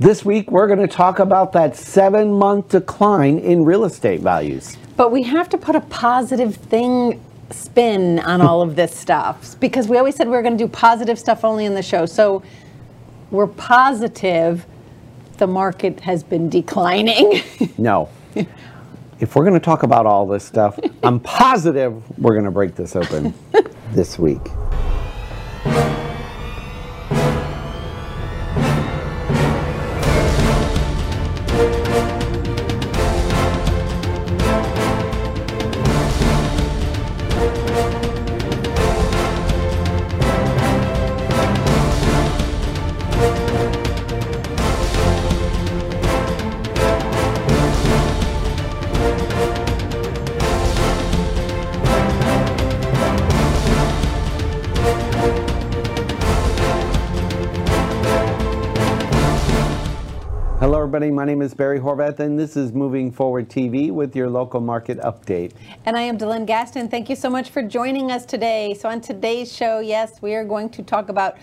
This week, we're going to talk about that seven month decline in real estate values. But we have to put a positive thing spin on all of this stuff because we always said we were going to do positive stuff only in the show. So we're positive the market has been declining. No. If we're going to talk about all this stuff, I'm positive we're going to break this open this week. Hello, everybody. My name is Barry Horvath, and this is Moving Forward TV with your local market update. and I am Dylan Gaston. Thank you so much for joining us today. So on today's show, yes, we are going to talk about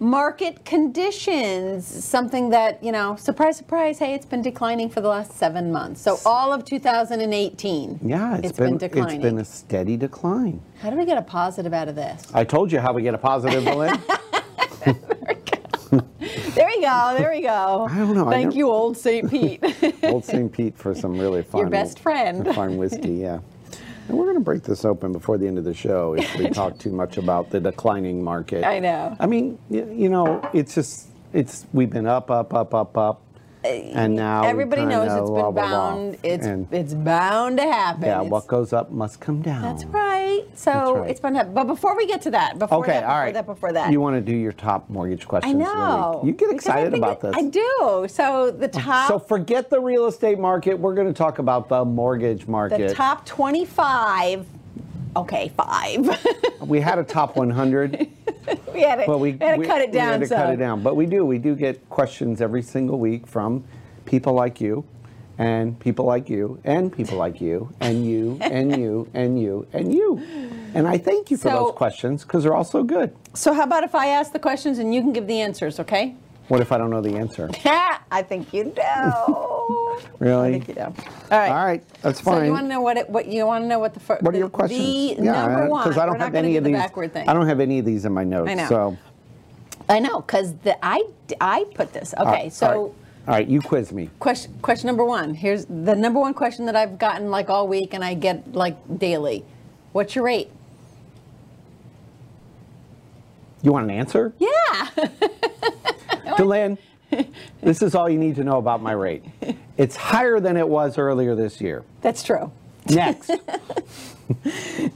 market conditions, something that, you know, surprise, surprise, hey, it's been declining for the last seven months. So all of 2018. Yeah, it's been, declining. It's been a steady decline. How do we get a positive out of this? I told you how we get a positive, Lynn. There we go. There we go. I don't know, I Thank never- you, old St. Pete. Old St. Pete for some really fine. best friend. Fine whiskey, yeah. And we're going to break this open before the end of the show if we talk too much about the declining market. I know. I mean, y- you know, it's just it's we've been up, up, up, up, up, and now we Uh, Everybody kinda knows it's leveled been bound. off. It's And, it's bound to happen. yeah, It's- what goes up must come down. that's right. So That's right. it's been, hap- but before we get to that, before Okay, that, before all right. that, before that, You want to do your top mortgage I questions? of the week. know. You get Because I excited think about this. I do. So the top, So forget the real estate market. We're going to talk about the mortgage market. the top twenty-five. Okay, five. we had a top 100. we had to, But we, we, had to we- cut it we down. had to some. cut it down. But we do. We do get questions every single week from people like you, and people like you, and people like you, and you, and you, and you, and you. And I thank you for So- those questions because they're all so good. So how about if I ask the questions and you can give the answers? Okay. What if I don't know the answer? I think you know. Really? I think you know. All right. All right, that's So fine. you want to know what it, what you want to know what the first what are your questions? The number one. because I we're don't not have gonna any do of the these. backward thing. I don't have any of these in my notes. know. So, I know because the I I put this. all Okay, right, so. uh, all right, all right, you quiz me. Question, question number one. Here's the number one question that I've gotten like all week and I get like daily. What's your rate? You want an answer? Yeah. Deland, this is all you need to know about my rate. It's higher than it was earlier this year. That's true. Next.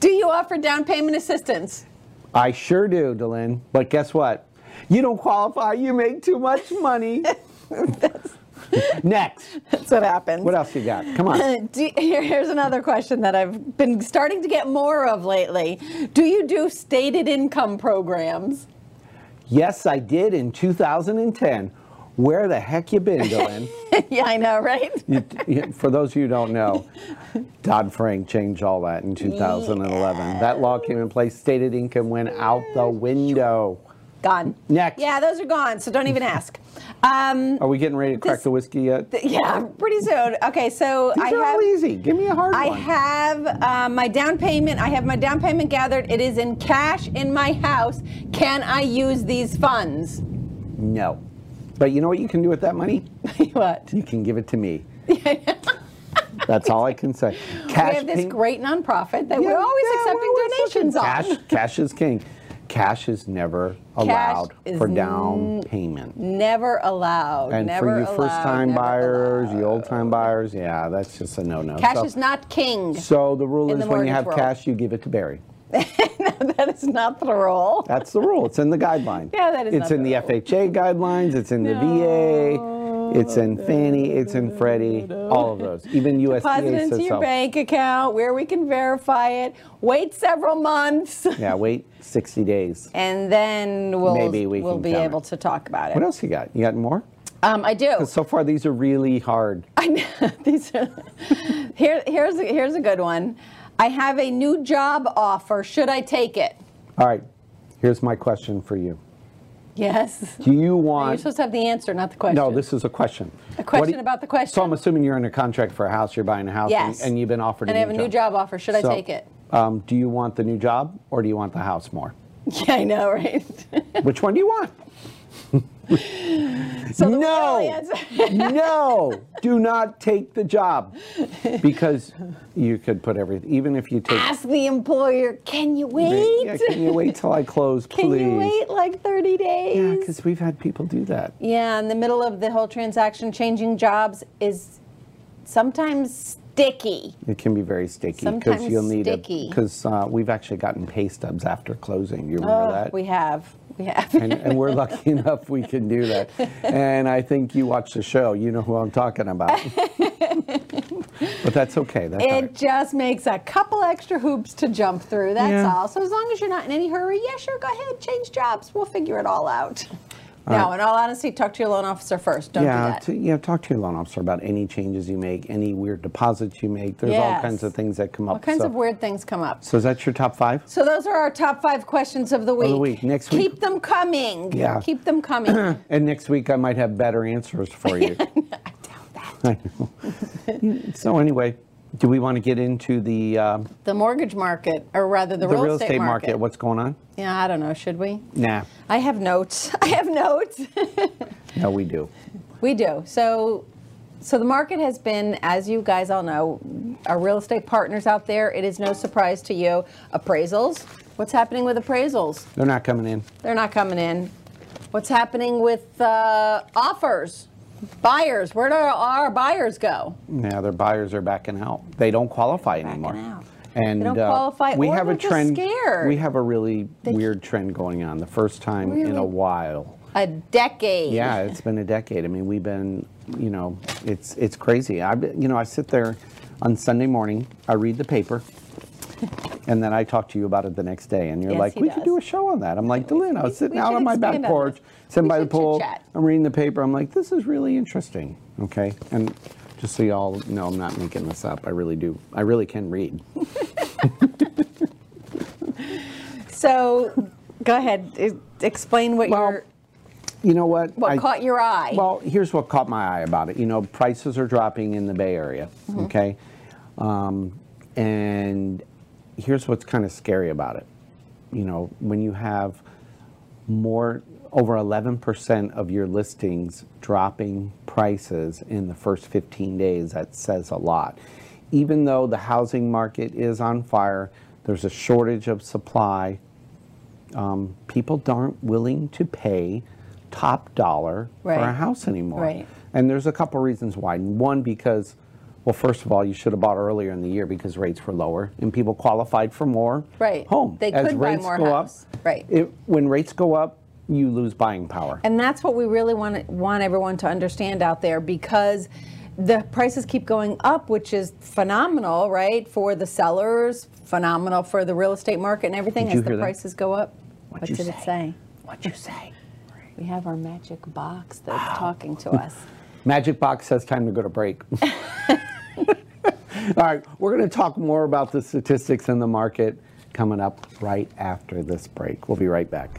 Do you offer down payment assistance? I sure do, Deland. But guess what? You don't qualify. You make too much money. Next. That's what happens. What else you got? Come on. Do, here- here's another question that I've been starting to get more of lately. Do you do stated income programs? Yes, I did in 2010. Where the heck you been, Deland? yeah, I know, right? You- you- for those of you who don't know, Dodd Frank changed all that in 2011. That law came in place. Stated income went out the window. Gone. Next. Yeah, those are gone, so don't even ask. Um, Are we getting ready to crack This- the whiskey yet? These yeah, pretty soon. Okay, so I are all have. easy. Give me a hard I one. have uh, my down payment. I have my down payment gathered. It is in cash in my house. Can I use these funds? no. But you know what you can do with that money? what? You can give it to me. That's all I can say. Cash we have this ping- great nonprofit that Yeah, we're always yeah, accepting we're- we're donations on. cash, Cash is king. Cash is never allowed is for down payment. Never allowed. And never for you allowed, first time never buyers, allowed. you old time buyers, yeah, that's just a no no. Cash is not king. So the rule in is the when you mortgage have world. cash, you give it to Barry. that is not the rule. That's the rule. It's in the guideline. Yeah, that is It's not in the the rule. FHA guidelines. It's in the VA. It's in Fannie. It's in Freddie. All of those. Even Deposit USDA into says your so. bank account where we can verify it. Wait several months, Yeah, wait 60 days. and then we'll Maybe we will can be count able it. to talk about it. What else you got? You got more? Um, I do. So far, these are really hard. I know. These are, here, here's a, here's a good one. I have a new job offer. Should I take it? All right, here's my question for you Yes. Do you You're want? supposed to have the answer, not the question. No, this is a question. What A do question about the question. So I'm assuming you're under contract for a house, you're buying a house, and- Yes. and you've been offered a And I new have a new job offer. Should I So, take it? um, Do you want the new job or do you want the house more? Yeah, I know, right? Which one do you want? So the really no, answer- no, do not take the job because you could put everything, even if you take. Ask the employer, can you wait? Yeah, can you wait till I close, please? Can you wait like 30 Yeah, days? because we've had people do that. Yeah, in the middle of the whole transaction, changing jobs is sometimes sticky. It can be very sticky because Sometimes you'll need sticky. Because uh, we've actually gotten pay stubs after closing. You remember Oh, that? We have. We have. and, and we're lucky enough we can do that. And I think you watch the show, you know who I'm talking about. but that's okay. That's all It right. just makes a couple extra hoops to jump through. That's Yeah. all. So as long as you're not in any hurry, yeah, sure, go ahead, change jobs. We'll figure it all out. no, in all honesty, talk to your loan officer first. Don't do yeah, that. to, yeah. Talk to your loan officer about any changes you make, any weird deposits you make. There's all Yes. kinds of things that come up. All kinds so, of weird things come up. So is that your top five? So those are our top five questions of the week. week. Next week- Keep them coming. Yeah. Keep them coming. I And next week I might have better answers for you. doubt that. I know. so anyway, do we want to get into the uh, The mortgage market, or rather the, the real estate market? What's going on? Yeah, I don't know. Should we? Nah, I have notes. I have notes. no, we do. We do. So, so the market has been, as you guys all know, our real estate partners out there. It is no surprise to you. Appraisals. What's happening with appraisals? They're not coming in. They're not coming in. What's happening with uh, offers? Buyers. Where do our buyers go? Yeah, their buyers are backing out. They don't qualify Backing anymore. out. And They don't uh, qualify we or have a they're just trend. scared. We have a really weird trend going on. The first time in a Really? while. A decade. Yeah, it's been a decade. I mean, we've been, you know, it's it's crazy. I, you know, I sit there on Sunday morning. I read the paper. And then I talk to you about it the next day, and you're Yes, like, he "We could does. do a show on that." I'm like, "Delin, I was we- sitting we out should on my back expand on porch, this. sitting We by the should pool. chit-chat. I'm reading the paper. I'm like, this is really interesting." Okay, and just so y'all know, I'm not making this up. I really do. I really can read. So, go ahead. e- Explain what Well, your You know what? what I- caught your eye. Well, here's what caught my eye about it. You know, prices are dropping in the Bay Area, Mm-hmm. okay? Um, and here's what's kind of scary about it. You know, when you have more, over 11% of your listings dropping prices in the first 15 days, that says a lot. Even though the housing market is on fire, there's a shortage of supply people aren't willing to pay top dollar for a Right. house anymore. Right. And there's a couple reasons why. One, because, well, first of all, you should have bought earlier in the year because rates were lower and people qualified for more Right. home. They As could buy rates more go house. Up, Right. It, when rates go up, you lose buying power. And that's what we really want want everyone to understand out there because the prices keep going up, which is phenomenal, right? For the sellers, phenomenal for the real estate market and everything Did you as the hear that? prices go up. What'd what you did it say? say? What'd you say? We have our magic box that's talking to us. Magic Box says time to go to break. All right, we're going to talk more about the statistics in the market coming up right after this break. We'll be right back.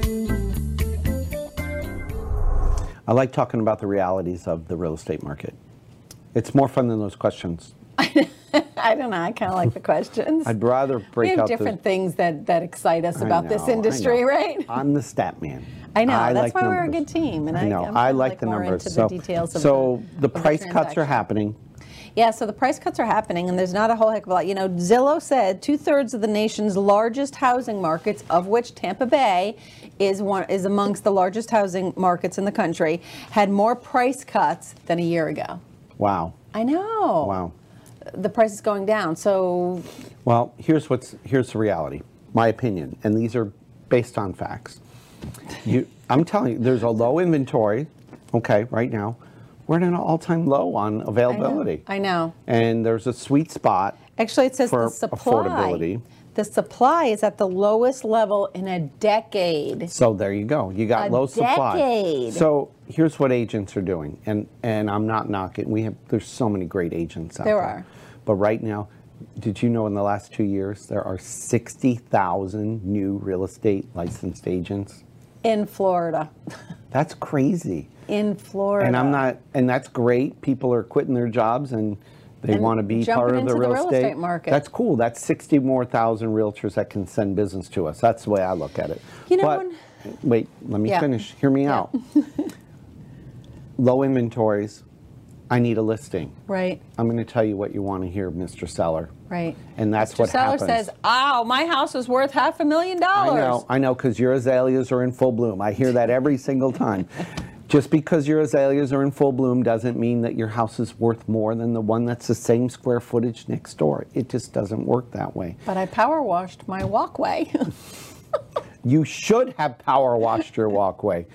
I like talking about the realities of the real estate market. It's more fun than those questions. I don't know. I kind of like the questions. I'd rather break we have out the- different things that that excite us I about this know, I industry, know. right? I'm the stat man. I know. That's like why we're a numbers. good team, and I- know. I'm I kinda like like the more numbers. into so, the details of so the- of the price cuts are transaction. happening. Yeah, so the price cuts are happening, and there's not a whole heck of a lot. You know, Zillow said two thirds of the nation's largest housing markets, of which Tampa Bay is one is amongst the largest housing markets in the country, had more price cuts than a year ago. Wow. I know. Wow. The price is going down, so Well, here's what's here's the reality. My opinion, and these are based on facts. You, I'm telling you, there's a low inventory. Okay, right now, we're at an all-time low on I know. availability. I know. And there's a sweet spot. Actually, it says for the supply. affordability. The supply is at the lowest level in a decade. So there you go. You got A low supply. decade. So here's what agents are doing, and and I'm not knocking. We have there's so many great agents out There there. are. But right now, did you know in the last two years there are sixty thousand new real estate licensed agents? In Florida. That's crazy. In Florida. And I'm not. And that's great. People are quitting their jobs and. They And want to be jumping part of into the real, estate market. That's cool. That's 60 more thousand realtors that can send business to us. That's the way I look at it. You know, But- when- wait, let me Yeah. finish. Hear me Yeah. out. Low inventories. I need a listing. Right. I'm going to tell you what you want to hear, Mr. Seller. Right. And that's Mr. what Seller happens. says, "Oh, my house is worth half a million I dollars." know, I know, because your azaleas are in full bloom. I hear that every single time. Just because your azaleas are in full bloom doesn't mean that your house is worth more than the one that's the same square footage next door. It just doesn't work that way. But I power washed my walkway. You should have power washed your walkway.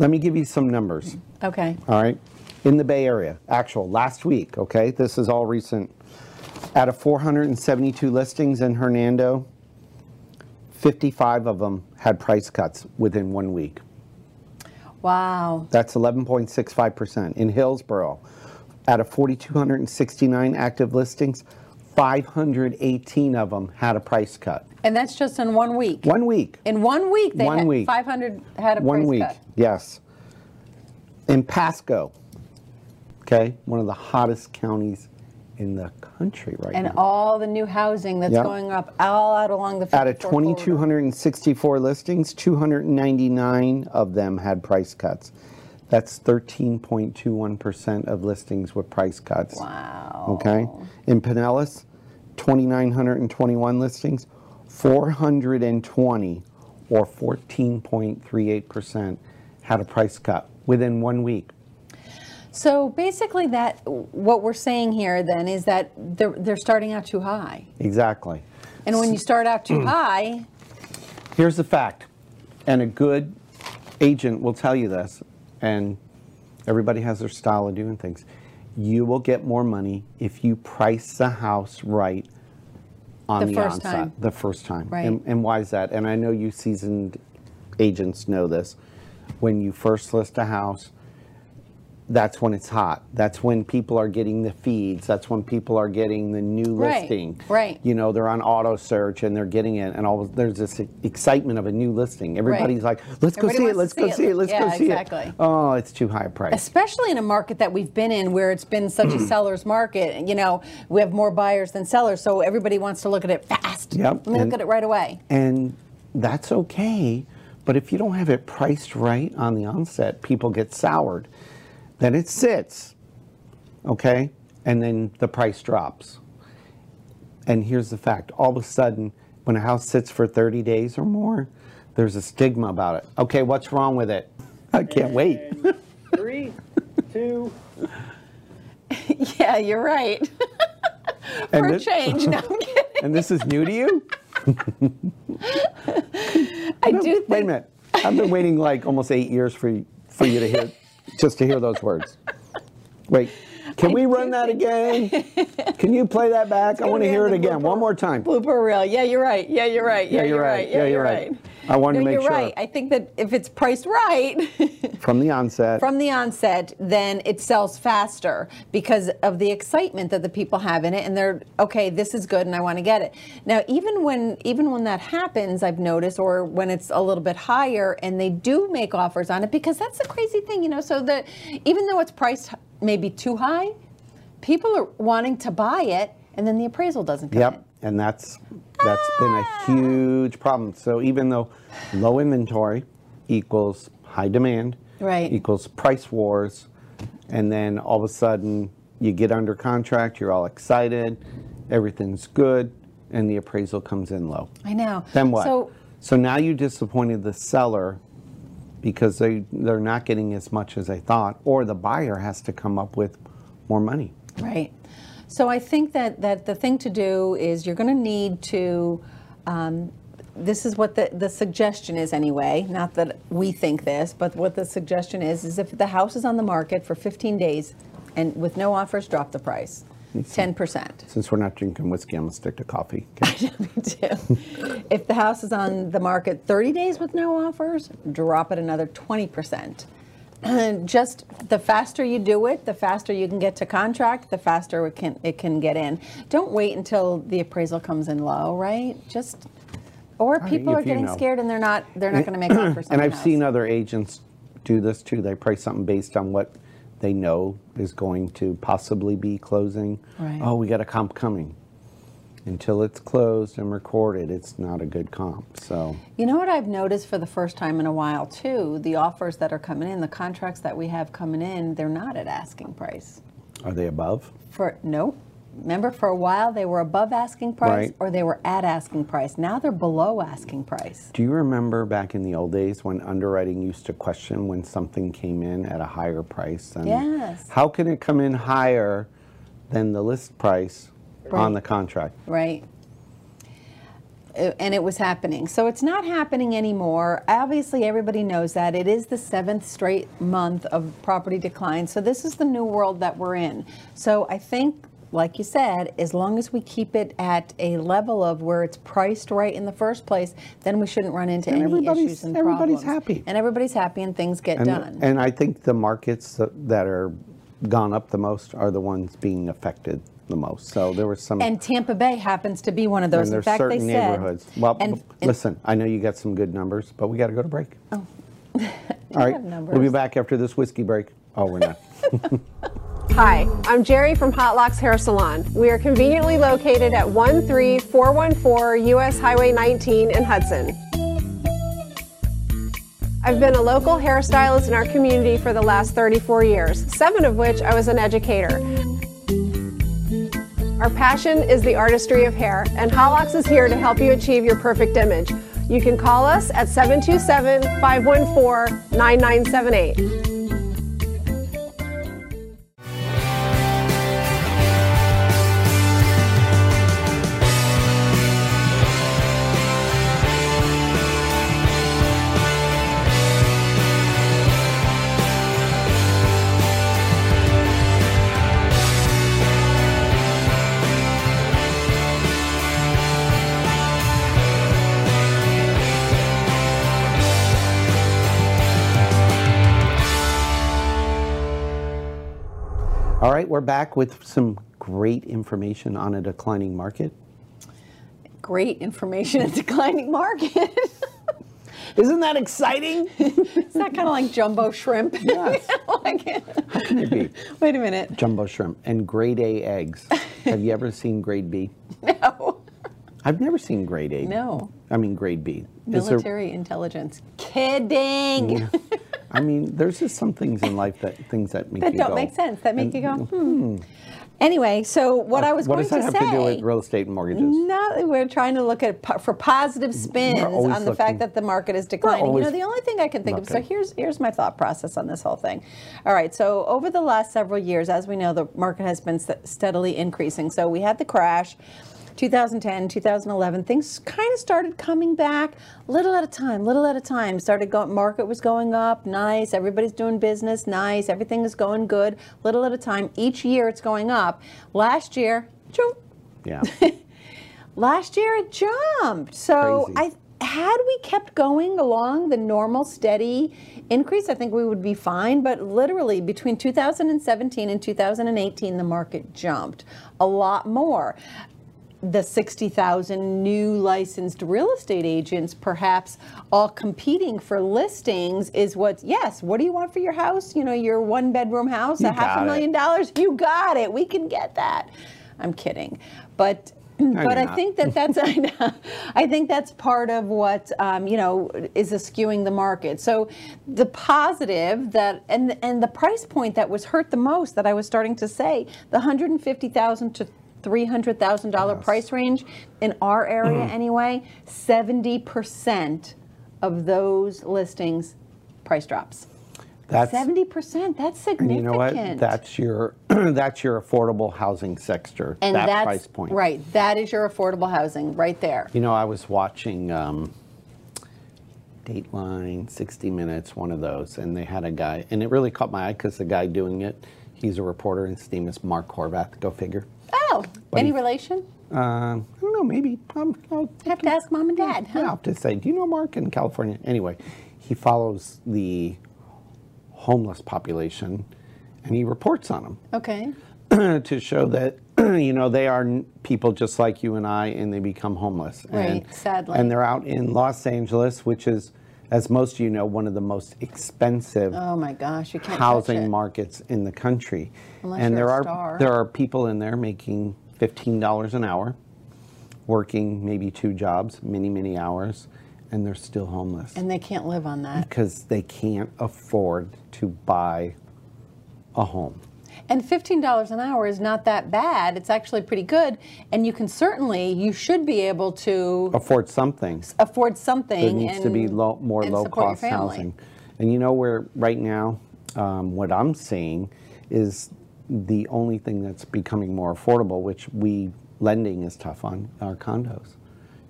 Let me give you some numbers. okay. all right, in the Bay Area, actual last week, okay? This is all recent. Out of 472 listings in Hernando, 55 of them had price cuts within one week. Wow. That's 11.65%. In Hillsborough, out of 4,269 active listings, 518 of them had a price cut. And that's just in one week. One week. In one week, they One had week. 500 had a one price week. cut. Yes. In Pasco, okay, one of the hottest counties in the country right And now. all the new housing that's Yeah. going up all out along the out of 54 corridor. 2,264 listings, 299 of them had price cuts. That's 13.21% of listings with price cuts. Wow. Okay. In Pinellas, 2,921 listings, 420 or 14.38% had a price cut within one week. So basically, that what we're saying here then is that they're, they're starting out too high, Exactly. and when you start out Mm. too high, Here's the fact, and a good agent will tell you this, and everybody has their style of doing things. You will get more money if you price the house right on The the, first onset, time. the first time. Right. And, and why is that? And I know you seasoned agents know this. When you first list a house, that's when it's hot. That's when people are getting the feeds. That's when people are getting the new Right, listing. right. You know, they're on auto search and they're getting it, and all there's this e, excitement of a new listing. Everybody's like, "Let's go Everybody see it. Let's wants to go see see it. it. Let's Yeah, go see exactly. it." Oh, it's too high a price. especially in a market that we've been in where it's been such Mm. a seller's market. You know, we have more buyers than sellers, so everybody wants to look at it fast. Yep, Let me and- look at it right away. And that's okay. But if you don't have it priced right on the onset, people get soured. Then it sits, okay? And then the price drops. And here's the fact all of a sudden, when a house sits for 30 days or more, there's a stigma about it. Okay, what's wrong with it? I can't wait. Three, two, Yeah, you're right. For And a thi- change, no, I'm kidding. And this is new to you? I do think. Wait a minute. I've been waiting like almost eight years for, for you to hear, just to hear those words. Wait, can we run that again? Can you play that back? I want to be hear on it the again, one blooper. more time. Blooper reel. Yeah, you're right. Yeah, you're right. Yeah, you're right. Yeah, you're right. I wanted No, to make you're sure right. I think that if it's priced right from the onset. from the onset, then it sells faster because of the excitement that the people have in it, and they're okay. This is good, and I want to get it. Now, even when even when that happens, I've noticed, or when it's a little bit higher, and they do make offers on it, because that's the crazy thing, you know. So that even though it's priced maybe too high, people are wanting to buy it, and then the appraisal doesn't come in. Yep, and that's that's been Ah. a huge problem. So even though low inventory equals high demand, Right. equals price wars, and then all of a sudden you get under contract, you're all excited, everything's good, and the appraisal comes in low. I know. Then what? So so now you disappointed the seller because they they're not getting as much as they thought, or the buyer has to come up with more money. Right. So I think that, that the thing to do is you're going to need to, um, this is what the, the suggestion is anyway, not that we think this, but what the suggestion is, is if the house is on the market for 15 days and with no offers, drop the price. 10%. Since we're not drinking whiskey, I'm gonna stick to coffee. 'kay? if the house is on the market 30 days with no offers, drop it another 20%. Just the faster you do it, the faster you can get to contract, the faster it can it can get in. Don't wait until the appraisal comes in low, right? Just or mean, people if are you getting know. scared and they're not they're not going to make offers. And I've seen other agents do this too. They price something based on what they know is going to possibly be closing. Right. Oh, we got a comp coming. Until it's closed and recorded, it's not a good comp. So You know what I've noticed for the first time in a while too, the offers that are coming in, the contracts that we have coming in, they're not at asking price. are they above? For no, remember for a while they were above asking price Right. or they were at asking price. Now they're below asking price. Do you remember back in the old days when underwriting used to question when something came in at a higher price than Yes. how can it come in higher than the list price on Right. the contract? Right. Uh, And it was happening. So it's not happening anymore. Obviously, everybody knows that. It is the seventh straight month of property decline. So this is the new world that we're in. So I think, like you said, as long as we keep it at a level of where it's priced right in the first place, then we shouldn't run into And any everybody's- issues and everybody's problems. happy. And everybody's happy and things get And, done. and I think the markets that, that are gone up the most are the ones being affected the most. So there was some. And Tampa Bay happens to be one of and those. In there's fact, they certain said. neighborhoods. Well, and- b- and- listen, I know you got some good numbers, but we got to go to break. Oh. All right. have We'll be numbers. back after this whiskey break. Oh, we're not. Hi, I'm Jerry from Hot Locks Hair Salon. We are conveniently located at 13414 US Highway 19 in Hudson. I've been a local hairstylist in our community for the last 34 years, seven of which I was an educator. Our passion is the artistry of hair, and Hot Locks is here to help you achieve your perfect image. You can call us at 727 514 9978. All right, we're back with some great information on a declining market. great information in declining market. Is Isn't that exciting? that kind of like jumbo shrimp? Yes. Like- Can it be? wait a minute. Jumbo shrimp and grade A eggs. Have you ever seen grade B? No. I've never seen grade A. No. I mean grade B. Is there- Mm-hmm. Military intelligence. Kidding. I mean, there's just some things in life that things that make That you don't go, make sense. That and make Uh, you go, hmm. Anyway, so what I was "Oh, what going does that to have say. to do with real estate and mortgages? No, we're trying to look at po- for positive spins on always the fact looking- that the market is declining. You always know, the only thing I can think of. So looking. here's here's my thought process on this whole thing. All right. So over the last several years, as we know, the market has been st- steadily increasing. So we had the crash. 2010, 2011, things kind of started coming back little at a time, little at a time. Started going, market was going up, nice. Everybody's doing business, nice. Everything is going good, little at a time. Each year it's going up. Last year, choop, Yeah. last year it jumped. So Crazy. I had we kept going along the normal steady increase, I think we would be fine. But literally between 2017 and 2018, the market jumped a lot more. The 60,000 new licensed real estate agents, perhaps all competing for listings, is what, yes, what do you want for your house? You know, your one bedroom house, You a half got a it. million dollars. You got it. We can get that. I'm kidding. But but you're I not. think that that's I, know. I think that's part of what um, you know is skewing the market. So the positive that and and the price point that was hurt the most that I was starting to say the 150,000 to Three hundred thousand dollar price range in our area, Mm-hmm. anyway. Seventy percent of those listings price drops. That's Seventy percent. That's and significant. you know what? That's your that's your affordable housing sector. and that that's price point. Right. That is your affordable housing right there. You know, I was watching um, Dateline, 60 Minutes, one of those, and they had a guy, and it really caught my eye because the guy doing it, he's a reporter, and his name is Mark Horvath. Go figure. Oh, any he- relation? Um, I don't know, maybe. Um, I'll, Have to ask mom and dad. I'll have to say, do you know Mark in California? Anyway, he follows the homeless population, and he reports on them. Okay. to show that you know they are n- people just like you and I, and they become homeless. Right, and, sadly. And they're out in Los Angeles, which is, as most of you know, one of the most expensive Oh my gosh, you can't touch it. housing markets in the country. Unless and you're there a are star. there are people in there making fifteen dollars an hour, working maybe two jobs, many many hours, and they're still homeless And they can't live on that. because they can't afford to buy a home. And $15 an hour is not that bad. It's actually pretty good. And you can certainly, you should be able to Afford something. afford something. There needs to be and- low, more and low support your cost family. housing. And you know where right now, um, what I'm seeing is the only thing that's becoming more affordable, which we lending is tough on, are condos.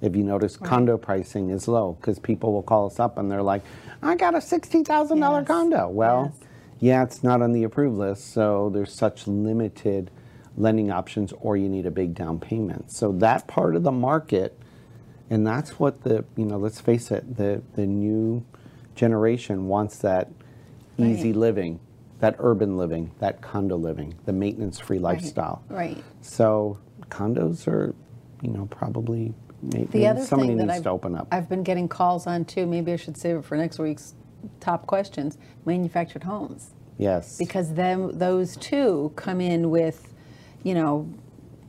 If you notice, condo pricing is low because people will call us up and they're like, "I got a sixty thousand dollar Yes, condo." Well, yes. yeah, it's not on the approved list, so there's such limited lending options, or you need a big down payment. So that part of the market. And that's what the, you know, let's face it, the, the new generation wants that easy Right. living, that urban living, that condo living, the maintenance free lifestyle. right. So condos are, you know, probably maybe The other Mm, somebody thing that needs I've, to open up. I've been getting calls on too, maybe I should save it for next week's top questions manufactured homes. yes. because them those two come in with, you know,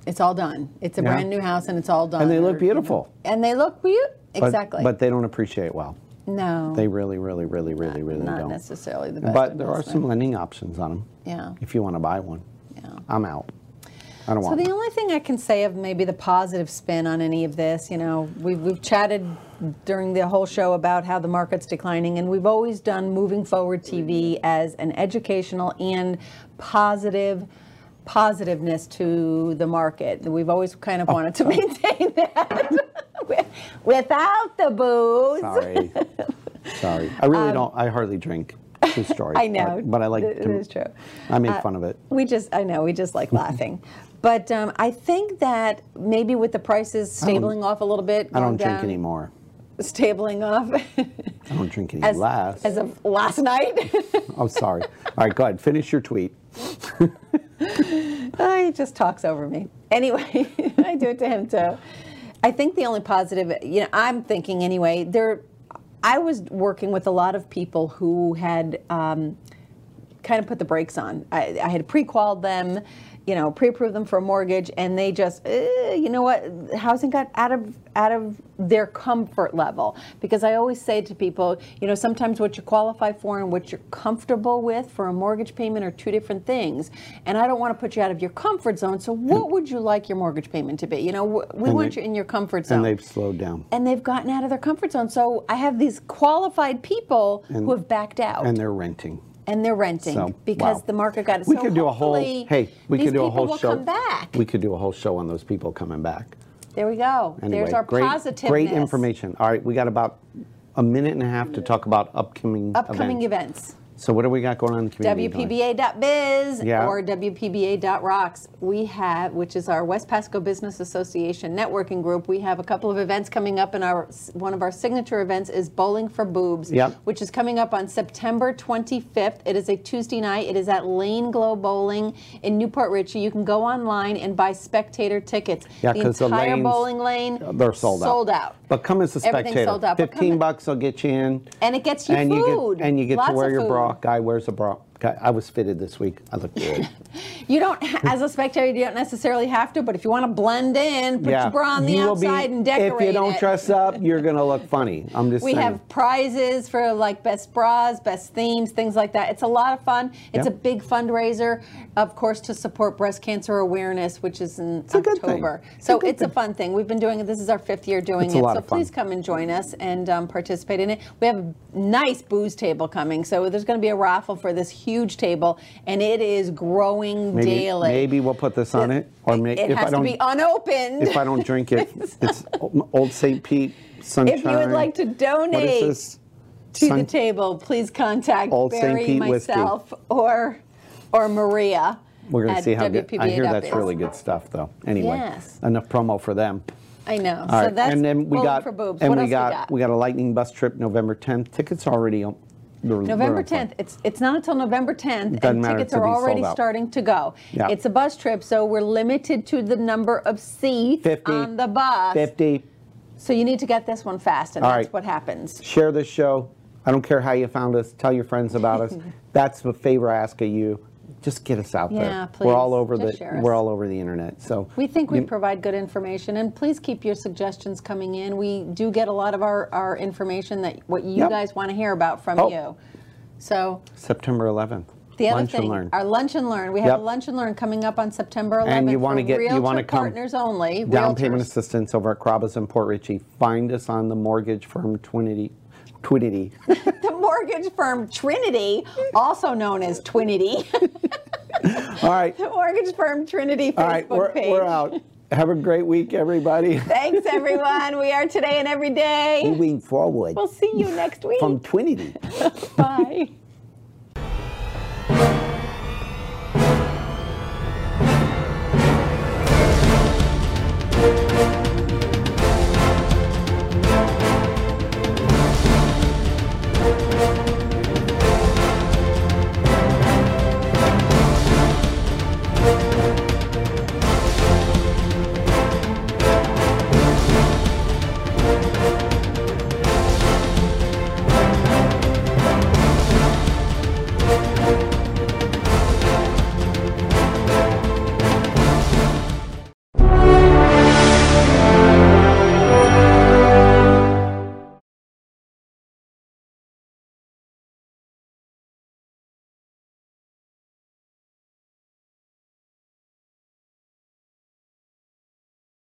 it's all done. It's a Yeah. brand new house and it's all done. And they look or, you know, beautiful. and they look beautiful. But- Exactly. But they don't appreciate well. no, They really, really, really, really, really not don't. necessarily the best. But there are some investment. lending options on them. Yeah. If you want to buy one. Yeah. I'm out. I don't So want the one. only thing I can say of maybe the positive spin on any of this, you know, we've, we've chatted during the whole show about how the market's declining, and we've always done Moving Forward TV as an educational and positive positiveness to the market. We've always kind of wanted to maintain that without the booze. Sorry. Sorry. I really don't. I hardly drink. True story. Um, I know. But, but I like It- it to. is true. Uh, I make fun of it. We just, I know, we just like laughing. But um, I think that maybe with the prices stabling off a little bit, I don't going drink down, anymore. Stabling off I don't drink any as less. as of last night. oh, sorry. All right, go ahead. Finish your tweet. Ah, he just talks over me. Anyway, I do it to him too. I think the only positive, you know, I'm thinking anyway. There, I was working with a lot of people who had um, kind of put the brakes on. I, I had pre-qualified them, you know, pre-approved them for a mortgage, and they just, eh, you know what, housing got out of out of their comfort level. Because I always say to people, you know, sometimes what you qualify for and what you're comfortable with for a mortgage payment are two different things. And I don't want to put you out of your comfort zone. So what would you like your mortgage payment to be? You know, wh- we And want they- you in your comfort zone And they've slowed down. and they've gotten out of their comfort zone. So I have these qualified people And- who have backed out And they're renting. and they're renting So, because wow. the market got We so could do a whole. hopefully Hey, we these could do a people whole will show. come back. We could do a whole show on those people coming back. there we go. Anyway, There's our great, positiveness. Great information. All right, we got about a minute and a half to talk about upcoming Upcoming events. So what do we got going on in the community? Helen? WPBA.biz Yeah. or WPBA.rocks. We have, which is our West Pasco Business Association networking group. We have a couple of events coming up, and our one of our signature events is Bowling for Boobs, Yep. which is coming up on September 25th. It is a Tuesday night. It is at Lane Glow Bowling in Newport Richey. You can go online and buy spectator tickets. Yeah, the 'cause the entire lanes- bowling lane They're sold out. Sold out. But come as a Everything's spectator. sold out, but come Fifteen in. bucks will get you in. And it gets you and You food. get, and you get Lots to of wear your food. bra. Guy wears a bra. Guy, I was fitted this week. I look good. You don't, as a spectator, you don't necessarily have to, but if you want to blend in, put your bra on the You will be- outside and decorate If you don't it. dress up, you're gonna look funny. I'm just we saying. have prizes for like best bras, best themes, things like that. It's a lot of fun. It's Yeah. a big fundraiser, of course, to support breast cancer awareness, which is in a good thing. October. It's a So good it's a fun thing. We've been doing it. This is our fifth year doing It's a it. lot so of fun. please come and join us and um, participate in it. We have a nice booze table coming. So there's going to be a raffle for this huge table, and it is growing maybe, daily. Maybe we'll put this on it, or may, it if has I don't, to be unopened. if I don't drink it, it's Old St. Pete sunshine. If you would like to What is donate this? to the Sun- table, please contact Old St. Barry, Pete whiskey. myself, or or Maria. We're gonna at see how good. I hear that's WPBA.biz. really good stuff, though. Anyway, Yes. enough promo for them. I know. All so right, that's and then we bowling got for boobs. and what we else got, we got? a lightning bus trip November 10th. Tickets already on. they're- they're November on sale. 10th. It's it's not until November 10th, Doesn't and matter, it's tickets are gonna be sold already out. starting to go. Yeah. It's a bus trip, so we're limited to the number of seats 50, on the bus. 50. So you need to get this one fast, and All that's right. what happens. Share this show. I don't care how you found us. Tell your friends about us. That's the favor I ask of you. Just get us out Yeah, there. please. We're all over Just the share us. we're all over the internet. So We think we you- provide good information, and please keep your suggestions coming in. We do get a lot of our, our information that what you Yep. guys want to hear about from Oh. you. So September 11th. the other lunch thing, and learn. our lunch and learn. We have Yep. a lunch and learn coming up on September 11th. and you want to for get you want to realtor come partners only. down payment realtors. assistance over at Carrabba's in Port Richey. Find us on the mortgage firm Twinity. Twinity. the mortgage firm Trinity, also known as Twinity, All right. the mortgage firm Trinity Facebook All right, we're, page. we're out. Have a great week, everybody. Thanks everyone. we are today and every day. Moving forward We'll see you next week. from Twinity. Bye.